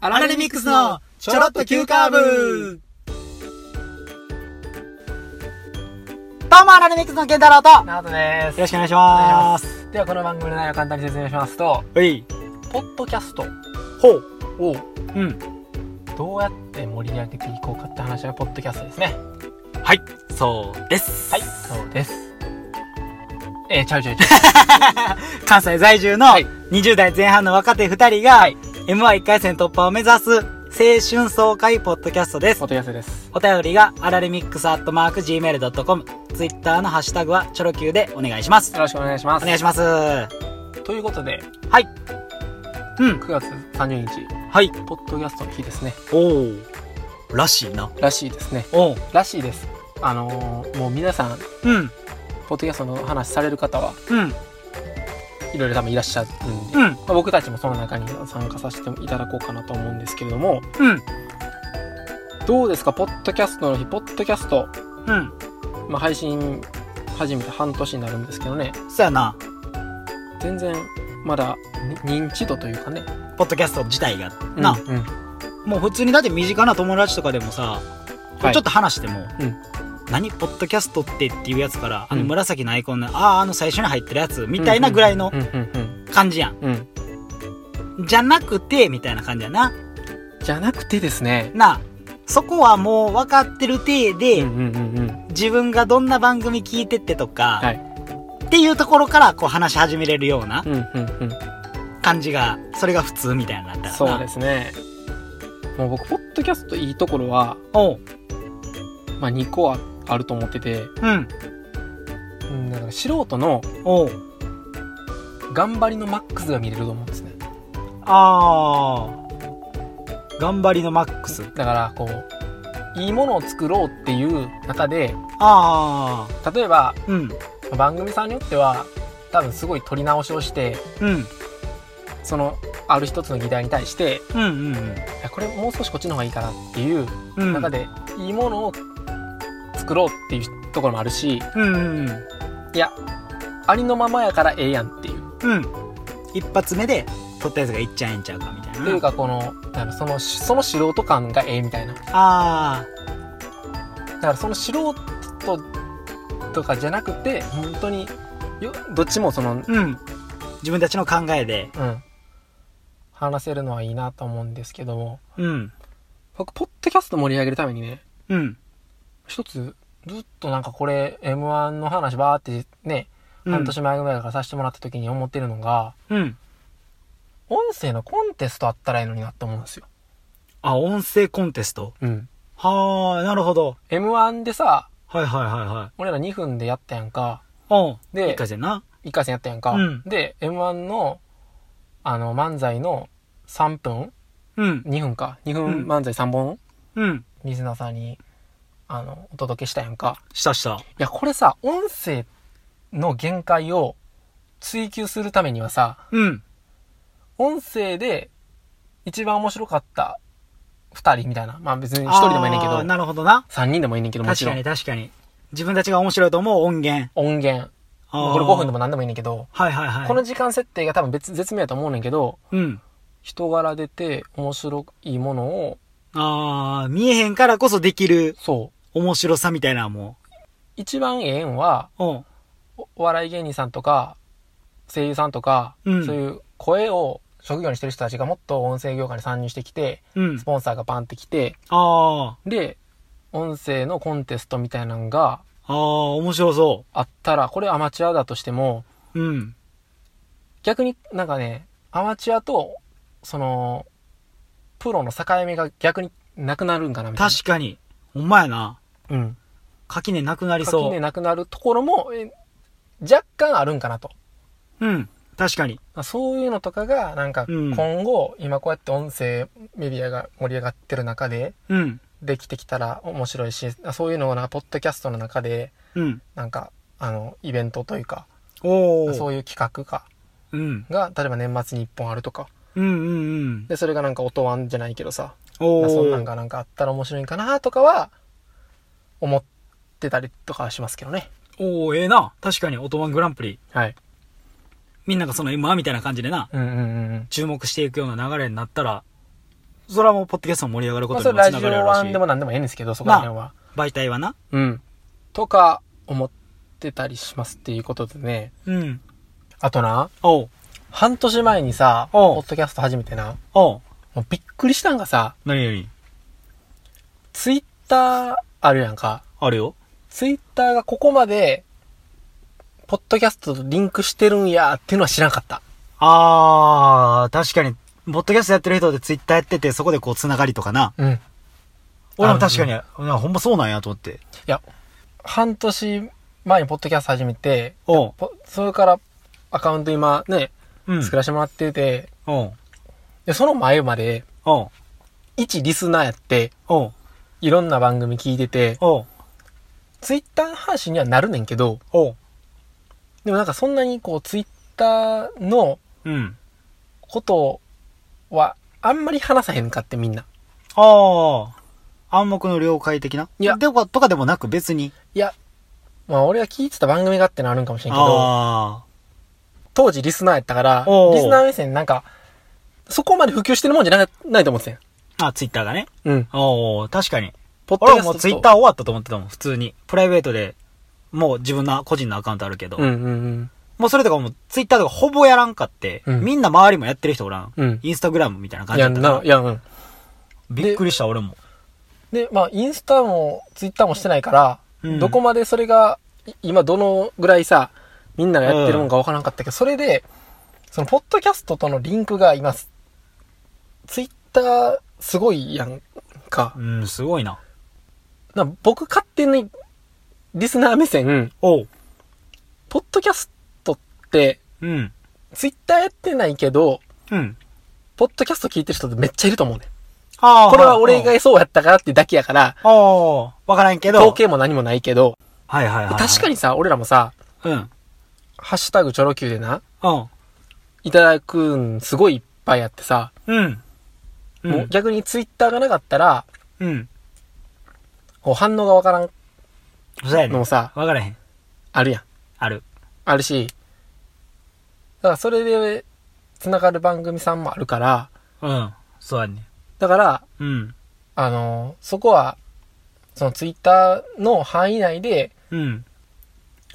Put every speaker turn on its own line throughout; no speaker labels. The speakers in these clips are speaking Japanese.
アラレミックスのちょろっと急カーブ
どうもアラレミックスの健太郎とよ
ナートです。
ろしくお願いします
ではこの番組の内容を簡単に説明しますと、
はい
ポッドキャスト
ほう
を
うん
どうやって盛り上げていこうかって話はポッドキャストですね。
はいそうです
はい、そうです。えー、ちゃうち ゃうち
関西在住の
はい
20代前半の若手2人が、
はい
M11 回戦突破を目指す青春爽快ポッドキャストです
ポッドキャストです。
お便りがアラレミックスアットマーク Gmail.com ツイッターのハッシュタグはチョロ Q でお願いします
よろしくお願いしま
お
す。
願いします
ということで、
うん
9月30日、
はい
ポッドキャストの日ですね。
おおらしいな
らしいですね。
おう
らしいです。あのーもう皆さん、
うん
ポッドキャストの話される方は、
うん
いろいろ多分いらっしゃるんで、ま
うん
あ僕たちもその中に参加させていただこうかなと思うんですけれども、
うん
どうですか、ポッドキャストの日、ポッドキャスト、
うん
まあ、配信始めて半年になるんですけどね、
そうやな
全然まだに認知度というかね、
ポッドキャスト自体がな、
うんうん
もう普通にだって身近な友達とかでもさ、
はい
ちょっと話しても、
うん
何ポッドキャストってっていうやつから、あ
う
の
ん
紫のアイコンの、ああ、あの最初に入ってるやつ、みたいなぐらいの
うんうん
感じやん。
うんうん
じゃなくて、みたいな感じやな。
じゃなくてですね、
なあ、そこはもう分かってる体で、
うんうんうんうん
自分がどんな番組聞いてってとか、
はい
っていうところからこう話し始めれるような
うんうん
感じが、それが普通みたいになった
う
ら
ん
な。
そうですねもう僕ポッドキャストいいところは、
おう。
まあ、2個ああると思ってて、
うん。
うん、だから素人の
おう。
頑張りのマックスが見れると思うんですね
ああ。頑張りのマックス。
だからこういいものを作ろうっていう中で
ああ。
例えば
うん。
番組さんによっては多分すごい撮り直しをして
うん。
そのある一つの議題に対して
うんうんうん
いやこれもう少しこっちの方がいいかなっていう
うん
中で、いいものを作ろうっていうところもあるし
うんうんうん
いやありのままやからええやんっていう、
うん一発目で撮ったやつがいっちゃええんちゃうかみたいな
というかこのなんかそのその素人感がええみたいなだ
あ
からその素人とかじゃなくて本当によどっちもその、
あうん自分たちの考えで
うん、話せるのはいいなと思うんですけども
うん
僕ポッドキャスト盛り上げるためにね
うん
一つずっとなんかこれ m 1の話バーってね
うん
半年前ぐらいからさせてもらった時に思ってるのが、
うん
音声のコンテストあったらいいのになって思うんですよ。
あ音声コンテスト
うん。
はあなるほど
M1 でさ、
はいはいはいはい
俺ら2分でやったやんか、
おう
で
一回戦な
1回戦やったやんか、
うん
で、M1 の、あの、漫才の3分
うん
?2 分か。2
うん
分漫才3本、
うん
リスナーさんに、あの、お届けしたやんか。
したした
いや、これさ、音声の限界を追求するためにはさ、
うん
音声で一番面白かった2人みたいな。まあ別に1人でもいいねんけど。
あーなるほどな
3人でもいいねんけどもち
確
ろ
か
ん
に確かに自分たちが面白いと思う音源
音源
あー
これ5分でも何でもいいねんけど、
はいはいはい
この時間設定が多分別絶妙やと思うねんけど
うん
人柄出て面白いものを
ああ見えへんからこそできる
そう
面白さみたいなのも
一番ええんは
うん
おお笑い芸人さんとか声優さんとか、
うん
そういう声を職業にしてる人たちがもっと音声業界に参入してきて
うん
スポンサーがバンってきて
あ
で音声のコンテストみたいなのが
あ、ああ、面白そ
あったらこれアマチュアだとしても
う。うん。
逆になんかねアマチュアとそのプロの境目が逆になくなるんかなみたいな
確かに。ほんまやな。
かうん
垣根なくなり
垣
そ
根
う。
なくなるところもえ若干あるんかなと
うん。確かに。
まあそういうのとかがなんか
うん
今後、今こうやって音声メディアが盛り上がってる中で
うん。
できてきたら面白いしあそういうのをなんかポッドキャストの中で
うん。
なんかあのイベントというか
おお。
そういう企画か
うん。
が例えば年末に1本あるとか
うんうんうん。
でそれがなんか音ワンじゃないけどさ
お
まあそんなん
お。
がなんかあったら面白いんかなとかは思ってたりとかはしますけどね
おお、ええな。確かに、オトワングランプリ。
はい
みんながその M1 みたいな感じでな、
うんうんうんうん
注目していくような流れになったら、それはもう、ポッドキャストも盛り上がるこ
まあ、
と
そ
に
れ
も
ラ
つな
ジオ
がるやろうし、
版でも何でもええんですけど、そこら辺は。
媒体はな。
うん。とか、思ってたりしますっていうことでね。
うん。
あとな、
おう。
半年前にさ、
おう
ポッドキャスト始めてな、
おう。
もうびっくりしたんがさ、
なになに
ツイッターあるやんか。
あるよ。
ツイッターがここまで、ポッドキャストとリンクしてるんやっていうのは知らんかった。
あー、確かに、ポッドキャストやってる人でツイッターやってて、そこでこう、つながりとかな。
うん。い
俺も確かに、なほんまそうなんやと思って。
や、半年前にポッドキャスト始めて、
おう。
ポそれからアカウント今ね、
うん。
作らせてもらってて、
おう。
でその前まで、
おう。
一リスナーやって、
おう。
いろんな番組聞いてて、
おう。
ツイッター発信にはなるねんけど、
おう。
でもなんかそんなにこうツイッターの
うん。
ことはあんまり話さへんかってみんな。
ああ。暗黙の了解的ない
や
でか、とかでもなく別に。
いや、まあ俺が聞いてた番組があってのあるんかもしれんけど、
あ
当時リスナーやったから、
おー
リスナー目線なんか、そこまで普及してるもんじゃなないと思ってたよ。
あ。あ、ツイッターがね。
うん。
おお確かに。
ポッド
俺
キャ
はも
スト
う
と。
ツイッター終わったと思ってたもん、普通に。プライベートで、もう自分の個人のアカウントあるけど。
うんうん
もうそれとかもうツイッターとかほぼやらんかって、
うん
みんな周りもやってる人おらん。
うん
インスタグラムみたいな
う
感
ん。い
じだ
や、
ったから
な、いや、うん。
びっくりした俺も。
で、まあインスタもツイッターもしてないから、
うん
どこまでそれが、い今どのぐらいさ、みんながやってるのかわからんかったけど、それで、そのポッドキャストとのリンクが今、ツイッターすごいやんか。
うん、すごいな。
な僕勝手に、リスナー目線、
おう。
ポッドキャストって、
うん。
ツイッターやってないけど、
うん。
ポッドキャスト聞いてる人ってめっちゃいると思うね。
ああ。
これは俺
あ
がそうやったからってだけやから、
あ、わからんけど。
統計も何もないけど、
はいはいはい。
確かにさ、俺らもさ、
に。うん。
ハッシュタグチョロ Q でな、
うん。
いただくんすごいいっぱいあってさ、
うん。う。
もうん逆にツイッターがなかったら、
うん。
こう反応がわからん
そうやねん。
のもさ、
わからへん。
あるやん。
ある。
あるし、だからそれで、繋がる番組さんもあるから、
うん。そうやねん。
だから、
うん。
あの、そこは、そのツイッターの範囲内で
うん。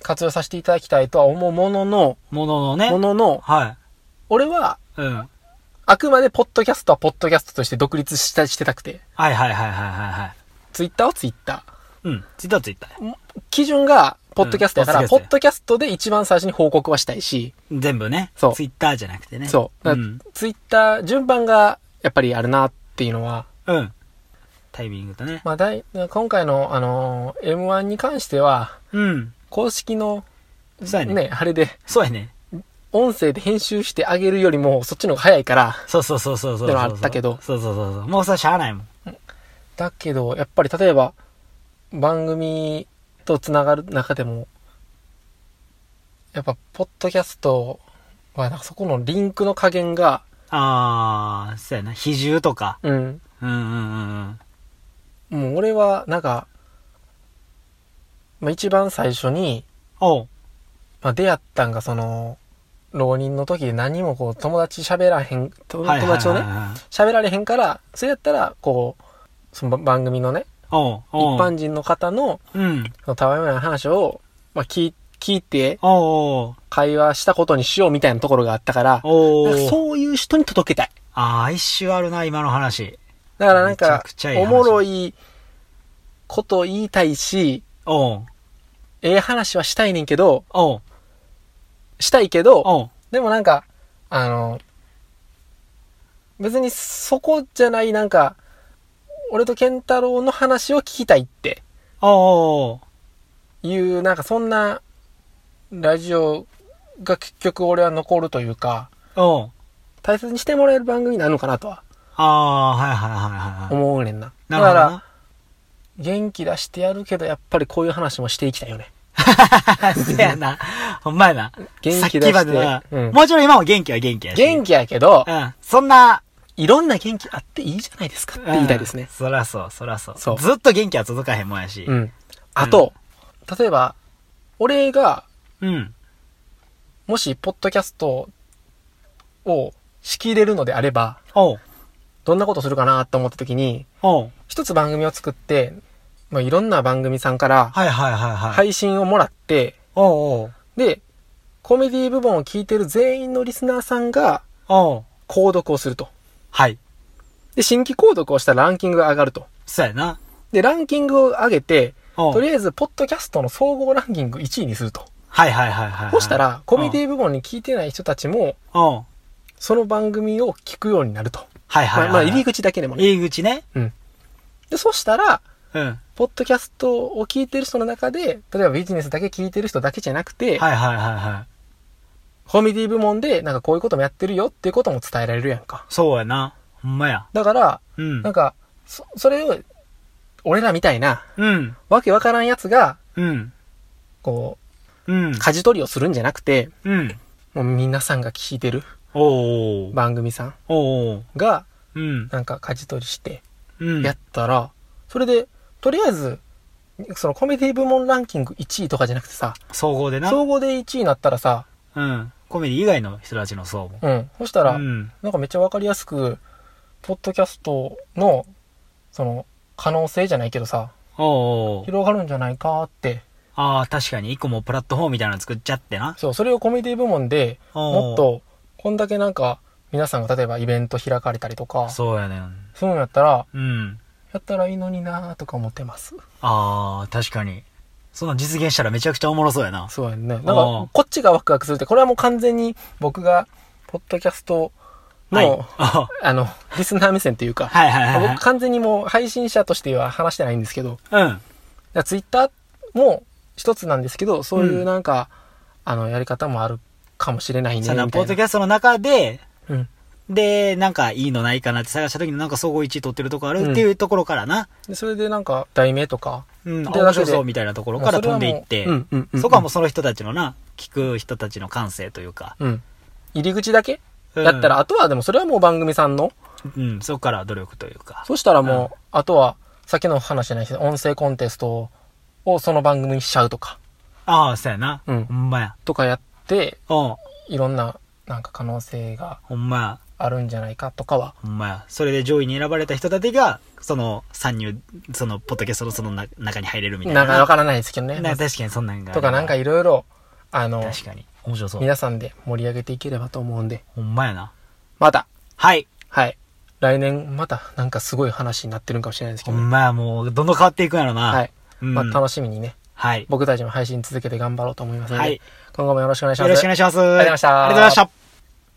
活用させていただきたいとは思うものの、
もののね。
ものの、
は
俺は、
い。うん。はい
あくまでポッドキャストはポッドキャストとして独立したしてたくて、
はいはいはいはいはい。
ツイッターはツイッタ
うん。ツイッターツイッター。
ー。基準が、ポッドキャストやから、
うん
ポッドキャストで一番最初に報告はしたいし、
全部ね。
そう
ツイッターじゃなくてね。
そう。だ
う
から
ん。
ツイッター、順番がやっぱりあるなっていうのは、
うん。タイミングとね。
まあ、だい今回の、あのー M1 に関しては、
うん。
公式の、
そうやね。
ね、あれで、
そうやね。
音声で編集してあげるよりも、そっちの方が早いから、
そうそうそうそうそうそう。
でもあったけど
そうそうそうそう。もうそれはしゃあないもん。
だけど、やっぱり例えば、番組とつながる中でも、やっぱ、ポッドキャストは、なんかそこのリンクの加減が、
あー、そうやな。比重とか。
うん、
うんうんうんうん。
もう俺は、なんか、まあ、一番最初に、
おう。
まあ、出会ったんが、その、浪人の時で何もこう、友達喋らへん、と友達を
はい
ね、
はいはいはい
喋られへんから、それやったら、こう、その番組のね、
おう。
一
おう。
般人の方の、
うん。
そのたわいもない話を、まあ、聞い聞いて、
おう。
会話したことにしようみたいなところがあったから、
お
なんか
う。
そういう人に届けたい。
あー、一周あるな、今の話。
だからなん
めちゃ
か
くちゃいい、話
おもろいこと言いたいし、
おう。
ええ話はしたいねんけど、
おう。
したいけど、
おう。
でもなんか、あの、別にそこじゃないなんか、俺と健太郎の話を聞きたいって
おう。
いう、なんかそんな、ラジオが結局俺は残るというか、
おう。
大切にしてもらえる番組になるのかなとは
あー、はいはいはいはい。
思うねんな。
なる
だ
ほ
か
ど
ら
な、。
元気出してやるけど、やっぱりこういう話もしていきたいよね。
せやな。ほんまやな。
元気
さっ
出
きまで
し
な
て。うん、
もちろん今も元気は元気やし。
元気やけど
う、ん。そんな、
いろんな元気あっていいじゃないですかって言いたいです
うん
ね。
そらそう、そらそう。
そう
ずっと元気は続かへんもんやし
う。ん。あと、例えば、俺が、
うん。
もし、ポッドキャストを仕切れるのであれば、
おう。
どんなことするかなと思った時に、
おう
一つ番組を作って、まあ、いろんな番組さんから
はいはいはいはい。い。
配信をもらって、
おうおう
で、コメディ部分を聞いてる全員のリスナーさんが、
おう
購読をすると。
はい。
で、新規購読をしたらランキングが上がると。
そうやな。
で、ランキングを上げて、
おう
とりあえず、ポッドキャストの総合ランキング1位にすると。
はいはいはいはいはい。
そしたら、コメディ部門に聞いてない人たちも、
おう
その番組を聞くようになると。
はいはいはい。
まあ、まあ、入り口だけでもね。
入り口ね。
うん。で、そしたら、
うん。はい
ポッドキャストを聞いてる人の中で、例えばビジネスだけ聞いてる人だけじゃなくて、
はいはいはい。
コメディ部門で、なんかこういうこともやってるよっていうことも伝えられるやんか。
そうやな。ほんまや。
だから、
うん
なん。か、そ、それを、俺らみたいな、
うん。
わけわからんやつが、
うん。
こ
うん
う、。舵取りをするんじゃなくて、
うん。
もう皆さんが聞いてる
おうおう
番組さん
おうおう
が、
うん。
なんか舵取りして、
うん。
やったら、それで、とりあえず、そのコメディ部門ランキング1位とかじゃなくてさ、
総合でな。
総合で1位になったらさ、
うん。コメディ以外の人たちの層も。
うん。そした
う
ら、
ん。
なんかめっちゃわかりやすく、ポッドキャストの、その、可能性じゃないけどさ、
おうおう
広がるんじゃないかって。
ああ、確かに。一個もうプラットフォームみたいなの作っちゃってな。
そう、それをコメディ部門でも
も
っ。と、こんだけなんか、皆さんが例えばイベント開かれたりとか、そ
そうやねん。
ういうんやったら、
うん。
やったらいいのになーとか思ってます。
ああ、確かに。そんなん実現したらめちゃくちゃおもろそうやな。
そうやんね。なん
ああ
か、こっちがワクワクするって、これはもう完全に僕が、ポッドキャストの、
はい。 あ
あの、リスナー目線というか、
はいはいはい
僕完全にもう配信者としては話してないんですけど、
はい。うん。
ツイッターも一つなんですけど、そういううんなんか、あの、やり方もあるかもしれないね。み
そ
た
ん
い
な
な。
んポッドキャストの中で、
うん。
で、なんかいいのないかなって探した時になんか総合1位取ってるとこあるっていうところからな。
でそれでなんか、題名とか、
うん。あ
で
面白そうみたいなところから飛んでいって
それはもううんうんうんうん
そこはもうその人たちのな、聞く人たちの感性というか。
うん。入り口だけ
うん
だったら、あとはでもそれはもう番組さんの、
うん。そこから努力というか。
そしたら
うん
もう、あとは、さっきの話じゃないですけど音声コンテストをその番組にしちゃうとか、
ああ、そうやな。
うん
ほんまや。
とかやって、
うん。
いろんな、なんか可能性が
ほんまや。
あるんじゃないかとかは、
ほんまや。それで上位に選ばれた人たちが、その参入、そのポッドキャストのそのな中に入れるみたいな。
なんかわからないですけどね。
な確かにそんなんが。
とかなんかいろいろ、あの、
確かに。面白そう。
皆さんで盛り上げていければと思うんで、
ほんまやな。
また、
はい。
はい。来年またなんかすごい話になってるんかもしれないですけ
ほ
どね、
んまや、もう、どんどん変わっていくんやろな。
はい。。
うん
まあ楽しみにね、
はい。
僕たちも配信続けて頑張ろうと思いますので、
はい
今後もよろしくお願いしま
よろ
す。
しくお願いします。あり
がとうございました
ありがとうございました。